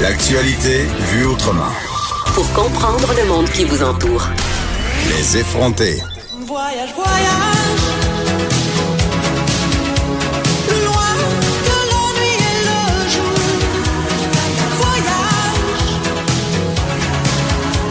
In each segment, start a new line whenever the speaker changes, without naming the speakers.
L'actualité vue autrement.
pour comprendre le monde qui vous entoure.
Les effrontés.
Voyage, voyage, plus loin que l'ennui et le jour. Voyage,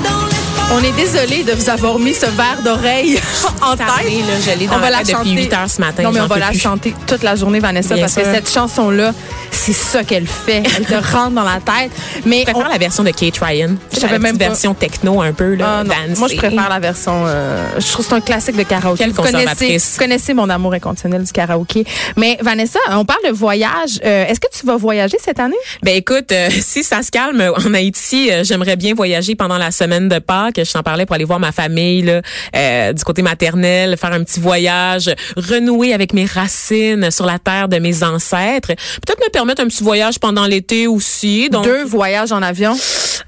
dans l'espace.
On est désolé de vous avoir mis ce verre d'oreille en tête.
Taré, là, je l'ai dans
on va
la
la
tête
chanter.
depuis 8 heures ce matin,
Non, mais
j'en
on va
peux
la
plus.
chanter toute la journée, Vanessa,
Bien
parce que
sûr.
cette chanson-là, c'est ça qu'elle fait. Elle te rentre dans la tête. Mais
Je
on-
préfère la version de Kate Ryan.
savais
J'avais
même
même
pas.
version techno un peu là,
Ah, non.
dancey.
moi, je préfère la version. euh, je trouve que c'est un classique de karaoké.
Quelle
vous, connaissez,
conservatrice.
vous connaissez mon amour inconditionnel du karaoké. Mais Vanessa, on parle de voyage. Euh, Est-ce que tu vas voyager cette année?
Ben écoute, euh, si ça se calme en Haïti, euh, j'aimerais bien voyager pendant la semaine de Pâques. Je t'en parlais pour aller voir ma famille là, euh, du côté maternel, faire un petit voyage, renouer avec mes racines sur la terre de mes ancêtres. Peut-être me permettre un petit voyage pendant l'été aussi. Donc,
Deux voyages en avion.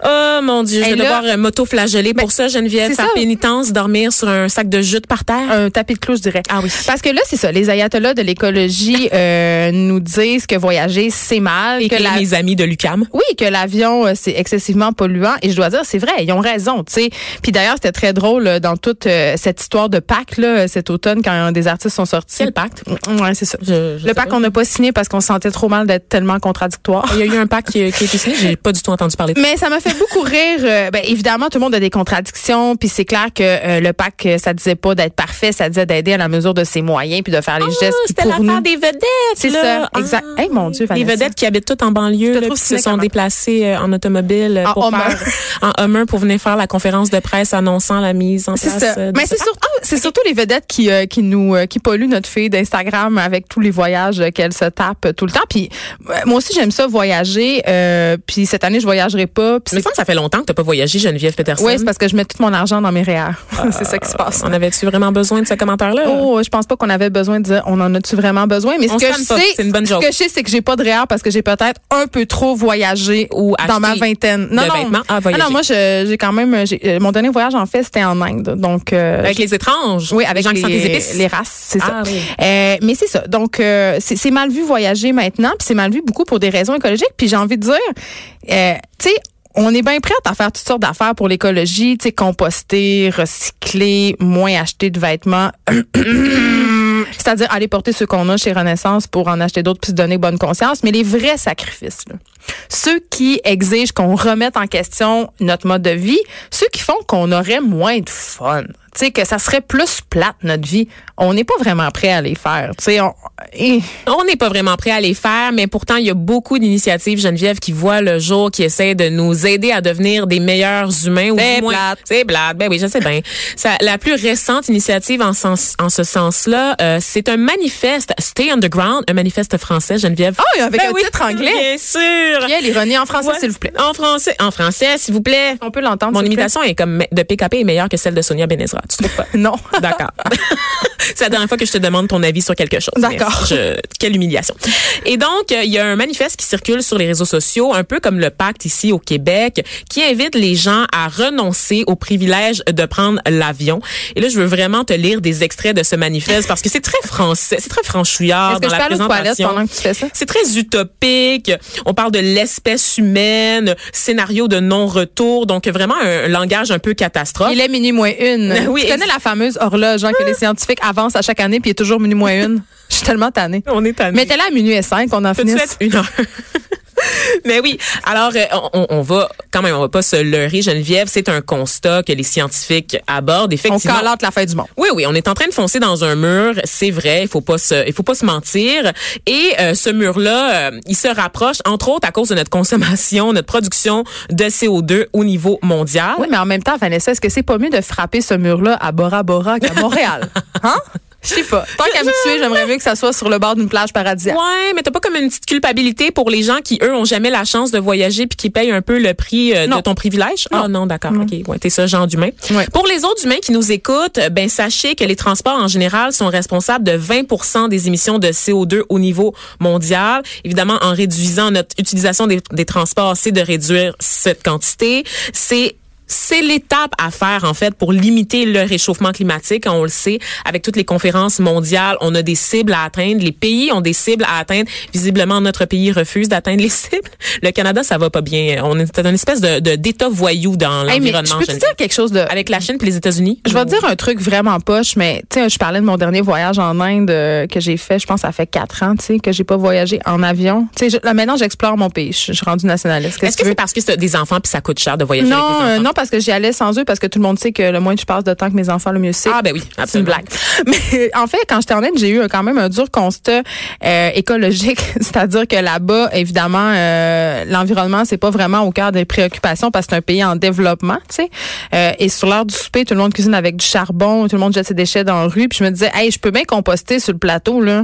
Oh mon Dieu, je
Et
vais
là-
devoir euh, m'auto-flageller pour ça, Geneviève.
c'est
Faire
ça.
pénitence, dormir sur un sac de jute par terre.
un tapis de clous, je dirais.
Ah oui.
Parce que là, c'est ça. Les ayatollahs de l'écologie euh, nous disent que voyager, c'est mal.
Et
que la-
mes amis de l'UCAM.
Oui, que l'avion, euh, c'est excessivement polluant. Et je dois dire, c'est vrai, ils ont raison, tu sais. Puis d'ailleurs, c'était très drôle euh, dans toute euh, cette histoire de pacte, là, euh, cet automne, quand des artistes sont sortis. Mm,
Quel pacte?
Ouais, c'est ça.
Je- je
Le
sais
pacte
pas.
qu'on n'a pas signé parce qu'on se sentait trop mal d'être tellement contradictoire.
Il y a eu un pack qui, qui a été signé, j'ai pas du tout entendu parler de
Mais ça m'a fait beaucoup rire. Euh, ben, évidemment, tout le monde a des contradictions. Puis c'est clair que euh, le PAC, euh, ça disait pas d'être parfait, ça disait d'aider à la mesure de ses moyens, puis de faire
Ah,
les gestes qui pour nous.
des vedettes.
C'est
là.
ça, exact.
Ah.
Hey, mon Dieu,
les
Vanessa.
vedettes qui habitent toutes en banlieue,
te
là,
trouve
puis se
cynique,
sont
Amanda.
déplacées euh, en automobile euh,
En
pour
Hummer.
faire en Hummer pour venir faire la conférence de presse annonçant la mise en
C'est
place.
ça.
euh, de
Mais
ce
c'est
pacte.
surtout, c'est surtout les vedettes qui, euh, qui nous euh, qui polluent notre feed Instagram avec tous les voyages euh, qu'elles se tapent euh, tout le temps. Puis euh, moi aussi j'aime ça voyager. euh, puis cette année je voyagerai pas. Puis
Mais ça, ça fait longtemps que t'as pas voyagé, Geneviève Peterson.
ouais, c'est parce que je mets tout mon argent dans mes REER.
Ah.
c'est ça qui se passe.
On avait-tu vraiment besoin de ce commentaire-là?
Oh, je pense pas qu'on avait besoin de dire on en a-tu vraiment besoin, mais ce
On
que
se
je
tanne pas,
sais,
c'est une bonne
ce
joke.
que je sais, c'est que j'ai pas de REER parce que j'ai peut-être un peu trop voyagé
Ou
dans ma
acheté
vingtaine. Non,
de
non.
vêtements à
Ah non,
voyager.
moi, je- j'ai quand même, j'ai- euh, mon dernier voyage en fait, c'était en Inde, donc euh,
Avec les étranges.
oui, avec
les gens
les,
qui sentent les épices.
les races, c'est ça.
Ah, oui.
Euh, mais c'est ça. Donc, euh, c'est c'est mal vu voyager maintenant, puis c'est mal vu beaucoup pour des raisons écologiques. Puis j'ai envie de dire, euh, tu sais, on est bien prête à faire toutes sortes d'affaires pour l'écologie, tu sais, composter, recycler, moins acheter de vêtements. C'est-à-dire aller porter ce qu'on a chez Renaissance pour en acheter d'autres puis se donner bonne conscience. Mais les vrais sacrifices, là. ceux qui exigent qu'on remette en question notre mode de vie, ceux qui font qu'on aurait moins de fun. Tu sais, que ça serait plus plate, notre vie. On n'est pas vraiment prêt à les faire. Tu sais, on... Eh.
On n'est pas vraiment prêt à les faire, mais pourtant, il y a beaucoup d'initiatives, Geneviève, qui voient le jour, qui essaient de nous aider à devenir des meilleurs humains. ou
C'est
du moins-
plate.
C'est plate. Ben oui, je sais bien. Ça, la plus récente initiative en, sens- en ce sens-là, euh, c'est un manifeste, Stay Underground, un manifeste français, Geneviève.
Ah oui, avec
Ben
un
oui,
titre anglais.
Bien sûr.
Bien, l'ironie en français,
Ouais.
s'il vous plaît.
En français, en français, s'il vous plaît.
On peut l'entendre.
Mon
s'il vous plaît?
imitation est comme me- de PKP est meilleure que celle de Sonia Benezra. Tu trouves pas?
Non.
D'accord. C'est la dernière fois que je te demande ton avis sur quelque chose.
D'accord.
Merci. Je- Quelle humiliation. Et donc, euh, il y a un manifeste qui circule sur les réseaux sociaux, un peu comme le pacte ici au Québec, qui invite les gens à renoncer au privilège de prendre l'avion. Et là, je veux vraiment te lire des extraits de ce manifeste parce que c'est très français, c'est très franchouillard
Est-ce que
dans
je
la
parle aux toilettes
présentation.
pendant que tu fais ça?
C'est très utopique. On parle de l'espèce humaine, scénario de non-retour, donc vraiment un langage un peu catastrophe.
Il est minuit moins une.
Oui,
tu connais
ex-
la fameuse horloge hein, que les scientifiques avancent à chaque année puis il est toujours minuit moins une. Je suis tellement tannée.
On est tannés.
Mais t'es là à minuit et cinq, on en
Tout de
finisse.
suite, une heure. Mais oui, alors euh, on, on va quand même, on va pas se leurrer, Geneviève. C'est un constat que les scientifiques abordent.
On
Effectivement,
calate la fin du monde.
oui, oui, on est en train de foncer dans un mur, c'est vrai, il faut pas se, il faut pas se mentir. Et euh, ce mur-là, euh, il se rapproche, entre autres, à cause de notre consommation, notre production de CO2 au niveau mondial.
Oui, mais en même temps, Vanessa, est-ce que c'est pas mieux de frapper ce mur-là à Bora Bora qu'à Montréal? Hein? Je sais pas. Tant qu'à me tuer, j'aimerais mieux que ça soit sur le bord d'une plage paradisiaque.
Ouais, mais t'as pas comme une petite culpabilité pour les gens qui, eux, ont jamais la chance de voyager puis qui payent un peu le prix euh, de
Non.
ton privilège? Ah non, d'accord. OK, ouais, t'es ce genre d'humain.
Ouais.
Pour les autres humains qui nous écoutent, euh, ben sachez que les transports en général sont responsables de 20 des émissions de CO2 au niveau mondial. Évidemment, en réduisant notre utilisation des, des transports, c'est de réduire cette quantité. C'est c'est l'étape à faire en fait pour limiter le réchauffement climatique. On le sait, avec toutes les conférences mondiales, on a des cibles à atteindre. Les pays ont des cibles à atteindre. Visiblement, notre pays refuse d'atteindre les cibles. Le Canada, ça va pas bien. On est dans une espèce de de- d'état voyou dans
Hey, mais
l'environnement.
je peux te
Geneviève.
dire quelque chose de
avec la Chine puis les États-Unis.
Je vais te dire un truc vraiment poche, mais tu sais, je parlais de mon dernier voyage en Inde euh, que j'ai fait, je pense, ça fait quatre ans, tu sais, que j'ai pas voyagé en avion. Tu sais, je- là maintenant, j'explore mon pays. Je je suis rendue nationaliste. Qu'est-ce
Est-ce que
tu veux?
c'est parce que c'est des enfants puis ça coûte cher de voyager avec
Non,
des
euh,
enfants?
non, parce que j'y allais sans eux, parce que tout le monde sait que le moins je passe de temps que mes enfants, le mieux c'est.
Ah ben oui,
C'est une
absolument.
blague. Mais en fait, quand j'étais en Inde, j'ai eu un- quand même un dur constat euh, écologique, c'est-à-dire que là-bas, évidemment, euh, l'environnement c'est pas vraiment au cœur des préoccupations parce que c'est un pays en développement, tu sais. Euh, et sur l'heure du souper, tout le monde cuisine avec du charbon, tout le monde jette ses déchets dans la rue, puis je me disais, hey, je peux bien composter sur le plateau là.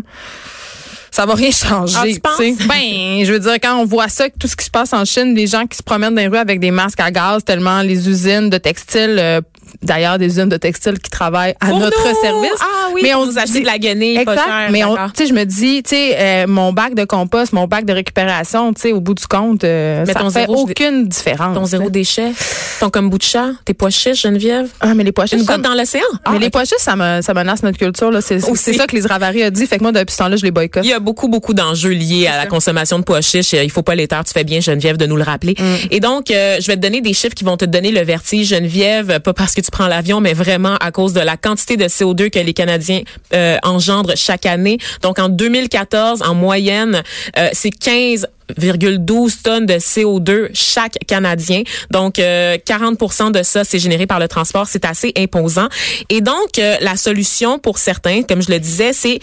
Ça va rien changer.
Ah, tu penses?
sais. Ben, je veux dire, quand on voit ça, tout ce qui se passe en Chine, les gens qui se promènent dans les rues avec des masques à gaz, tellement les usines de textiles, euh, d'ailleurs des usines de textiles qui travaillent à
Pour
notre
nous!
service.
Ah oui,
mais
pour
on
nous
se
acheter
dit-
de la guenille, pas
exact,
cher,
mais on-
d'accord.
tu sais, je me dis, tu sais, euh, mon bac de compost, mon bac de récupération, tu sais, au bout du compte, euh,
Mais
ça
ton
fait
zéro, je-
aucune différence.
Ton zéro déchet, ton kombucha, tes pois chiches, Geneviève.
Ah, mais les pois chiches,
Une
ça
goutte
me-
dans l'océan.
mais
Ah,
les pois chiches, ça, me- ça menace notre culture. là. C'est
Aussi.
c'est ça que les Ravari a dit. Fait que moi, depuis ce temps-là, je les boycotte.
Il y a beaucoup, beaucoup d'enjeux liés à la consommation de pois chiches. Il faut pas les taire. Tu fais bien, Geneviève, de nous le rappeler. Et donc, euh, je vais te donner des chiffres qui vont te donner le vertige, Geneviève, pas parce que tu prends l'avion, mais vraiment à cause de la quantité de CO2 que les Canadiens euh, engendrent chaque année. Donc, en 2014, en moyenne, euh, c'est 15 1,12 tonnes de CO2 chaque Canadien. Donc, euh, 40 de ça, c'est généré par le transport. C'est assez imposant. Et donc, euh, la solution pour certains, comme je le disais, c'est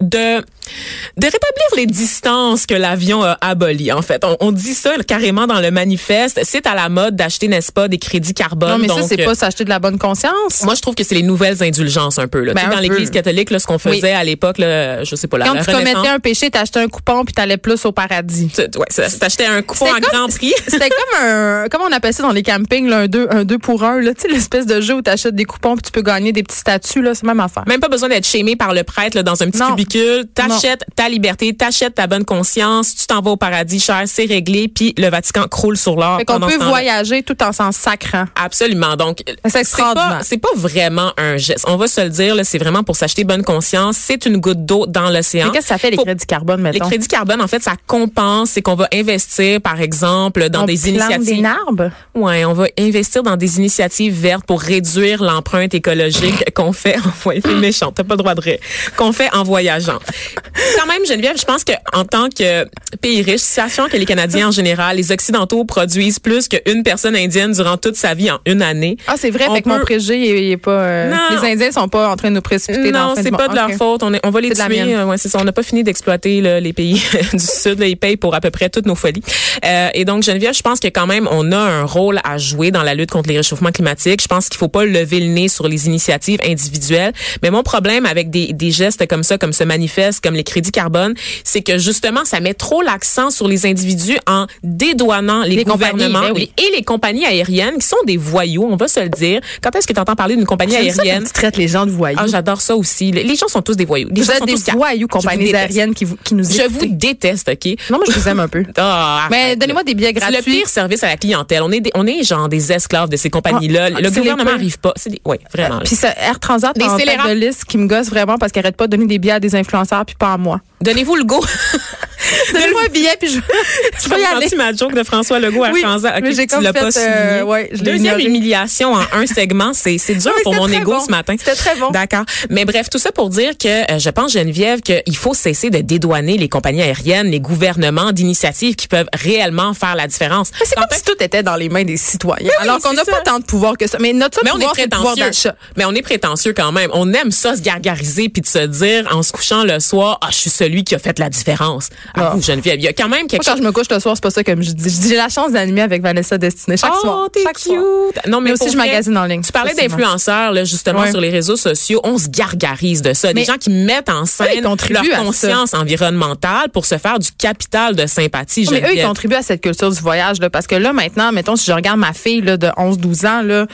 de de rétablir les distances que l'avion a abolies, en fait. On, on dit ça carrément dans le manifeste. C'est à la mode d'acheter, n'est-ce pas, des crédits carbone.
non, mais ça,
Donc, euh,
c'est pas s'acheter de la bonne conscience.
moi, je trouve que c'est les nouvelles indulgences un peu. Là.
Ben,
Tu sais,
un peu.
dans l'Église catholique, là, ce qu'on faisait
Oui.
à l'époque, là, je sais pas, la,
Quand
la
tu
Renaissance,
commettais un péché, t'achetais un coupon puis t'allais plus au paradis.
tu- ouais, ça- t'achetais un coupon à
C'était comme-
grand prix.
C'était comme un, comment on appelle ça dans les campings, là, un deux, un deux pour un, là, tu sais, l'espèce de jeu où t'achètes des coupons puis tu peux gagner des petits statuts, là, c'est la même affaire.
Même pas besoin d'être chémé par le prêtre là, dans un petit
Non.
cubicule. T'achètes ta liberté, t'achètes ta bonne conscience, tu t'en vas au paradis cher, c'est réglé, puis le Vatican croule sur l'or.
Fait qu'on
pendant
peut
ce temps-là.
voyager tout en s'en sacrant.
Absolument. Donc,
Mais c'est
pas,
extraordinaire.
c'est pas vraiment un geste. On va se le dire, là, c'est vraiment pour s'acheter bonne conscience. C'est une goutte d'eau dans l'océan.
Mais qu'est-ce que ça fait, les
Hein? Faut-
crédits carbone,
Les
mettons?
crédits carbone, en fait, ça compense. C'est qu'on va investir, par exemple, dans
On
des
plante
initiatives.
des arbres?
Ouais, on va investir dans des initiatives vertes pour réduire l'empreinte écologique qu'on fait en voyageant. méchant, t'as pas le droit de rire. Qu'on fait en voyageant. Quand même, Geneviève, je pense que en tant que pays riche, sachant que les Canadiens en général, les Occidentaux produisent plus qu'une personne indienne durant toute sa vie en une année.
Ah, c'est vrai,
On
fait que mon
peut-
préjugé, il est- il est pas, euh,
Non.
les Indiens sont pas en train de nous précipiter dans
Non,
le fin
c'est
du
pas
monde.
de leur
Ok.
faute. On, est- on va les
C'est de la
tuer.
mienne.
Euh, Ouais, c'est ça. On n'a pas fini d'exploiter là, les pays du Sud. là. Ils payent pour à peu près toutes nos folies. Euh, et donc, Geneviève, je pense que quand même, on a un rôle à jouer dans la lutte contre les réchauffements climatiques. Je pense qu'il faut pas lever le nez sur les initiatives individuelles. Mais mon problème avec des, des gestes comme ça, comme ce manifeste, comme les crédits carbone, c'est que justement, ça met trop l'accent sur les individus en dédouanant les,
Les compagnies,
gouvernements
ben oui.
et les compagnies aériennes qui sont des voyous, on va se le dire. Quand est-ce que tu entends parler d'une compagnie
J'aime ça quand
aérienne
tu traites les gens de voyous.
ah, j'adore ça aussi. Les- Les gens sont tous des voyous. Les
vous
gens
êtes
sont
des
tous cap-
voyous,
Je vous
compagnies
déteste.
aériennes qui, vous- qui nous
Je
écoutez.
vous déteste, OK?
Non, moi, je vous aime un peu.
Ah,
Mais
arrête.
donnez-moi des billets
C'est
gratuits.
le pire service à la clientèle. On est, des- on est genre des esclaves de ces compagnies-là.
Ah,
le
c'est les
gouvernement
pires.
n'arrive pas. C'est des, ouais, vraiment. là.
Puis ça, Air Transat,
Des
en tête
scélérats.
de liste qui me gosse vraiment parce qu'elle arrête pas de donner des billets à des influenceurs puis pas à moi.
Donnez-vous le go.
Donnez-moi un billet puis je, je vais y aller.
Tu ma joke de François Legault à
Oui,
Kansas. OK,
mais j'ai
tu
comme
l'as
fait,
pas souligné.
euh, ouais, je l'ai
Deuxième
ignoré.
humiliation en un segment, c'est c'est dur
Oui,
pour
c'était
mon
très
ego
bon.
ce matin.
C'était très bon.
D'accord. Mais bref, tout ça pour dire que euh, je pense Geneviève qu'il faut cesser de dédouaner les compagnies aériennes, les gouvernements d'initiatives qui peuvent réellement faire la différence.
Mais c'est
Quand
comme si tout était dans les mains des citoyens.
Ben oui,
alors qu'on
c'est
n'a pas
ça.
tant de pouvoir que ça. Mais notre seul
Mais on est
pouvoir, c'est le pouvoir
prétentieux.
d'achat.
Mais on est prétentieux quand même. On aime ça se gargariser puis de se dire en se couchant le soir, ah, je suis celui qui a fait la différence. À vous, Geneviève, il y a quand même
Moi,
quelque
quand
chose.
je me couche le soir, c'est pas ça comme je dis. Je dis, J'ai la chance d'animer avec Vanessa Destinée chaque soir.
Oh, t'es
chaque
cute.
soir.
Non, mais,
Mais aussi,
pour
je
vrai,
magasine en ligne.
Tu parlais
Facilement.
d'influenceurs, là, justement,
Ouais.
sur les réseaux sociaux. On se gargarise de ça. Des
Mais-
gens qui mettent
Oui,
en
ils
scène
contribuent à
leur
ça.
conscience environnementale pour se faire du capital de sympathie.
Mais eux, ils
Geneviève.
contribuent à cette culture du voyage, là, parce que là, maintenant, mettons, si je regarde ma fille là, de 11-12 ans, là,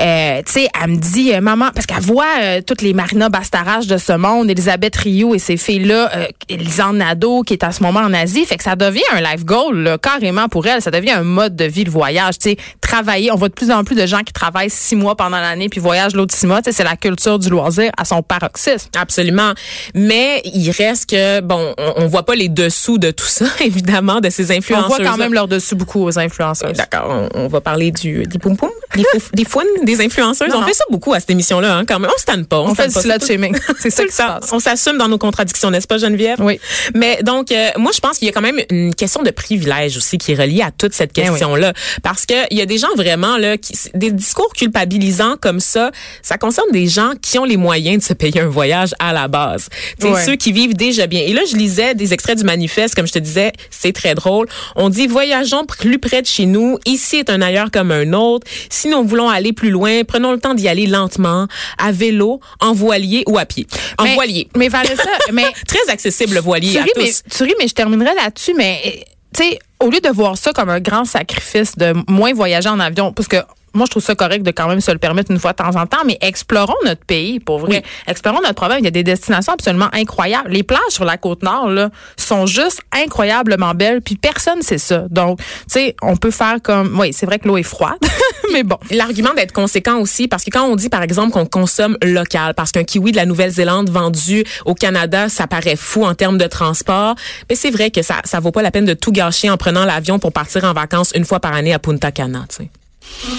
euh, tu sais, elle me dit, euh, maman, parce qu'elle voit euh, toutes les Marina Bastarache de ce monde, Elisabeth Rio et ces filles-là, euh, Elisanne Nadeau, qui est à ce moment en Asie, fait que ça devient un life goal, là, carrément pour elle, ça devient un mode de vie, le voyage, tu sais, travailler, on voit de plus en plus de gens qui travaillent six mois pendant l'année, puis voyagent l'autre six mois, tu sais, c'est la culture du loisir à son paroxysme.
Absolument. Mais il reste que, bon, on, on voit pas les dessous de tout ça, évidemment, de ces
Puis on
influenceurs.
voit quand même leur dessus beaucoup aux influenceuses.
D'accord, on, on va parler du, des poum poum, des, fouf- des fouines, des influenceuses.
Non,
on
non.
fait ça beaucoup à cette émission-là, hein, quand même. On se tanne pas.
On fait
tanne
du
pas.
slut shaming. C'est ça
Tout
qui se
le temps.
passe.
On s'assume dans nos contradictions, n'est-ce pas, Geneviève?
Oui.
Mais donc, euh, moi, je pense qu'il y a quand même une question de privilège aussi qui est reliée à toute cette
Ben oui.
question-là. Parce que il y a des gens vraiment, là, qui, des discours culpabilisants comme ça, ça concerne des gens qui ont les moyens de se payer un voyage à la base. C'est
Ouais.
ceux qui vivent déjà bien. Et là, je lisais des extraits du manifeste, comme je te disais, c'est très drôle. On dit, voyageons plus près de chez nous. Ici est un ailleurs comme un autre. Si nous voulons aller plus loin, prenons le temps d'y aller lentement, à vélo, en voilier ou à pied. En
mais,
voilier.
Mais Vanessa, mais
Très accessible, le voilier,
tu,
à
ris,
tous.
mais tu ris, mais je terminerai là-dessus, mais eh, tu sais, au lieu de voir ça comme un grand sacrifice de moins voyager en avion, parce que moi, je trouve ça correct de quand même se le permettre une fois de temps en temps, mais explorons notre pays, pour vrai. Explorons notre province. Il y a des destinations absolument incroyables. Les plages sur la côte nord, là, sont juste incroyablement belles, puis personne sait ça. Donc, tu sais, on peut faire comme, oui, c'est vrai que l'eau est froide, mais bon.
l'argument d'être conséquent aussi, parce que quand on dit, par exemple, qu'on consomme local, parce qu'un kiwi de la Nouvelle-Zélande vendu au Canada, ça paraît fou en termes de transport, mais c'est vrai que ça, ça vaut pas la peine de tout gâcher en prenant l'avion pour partir en vacances une fois par année à Punta Cana, tu sais.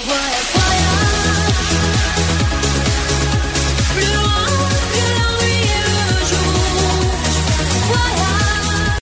Voyage,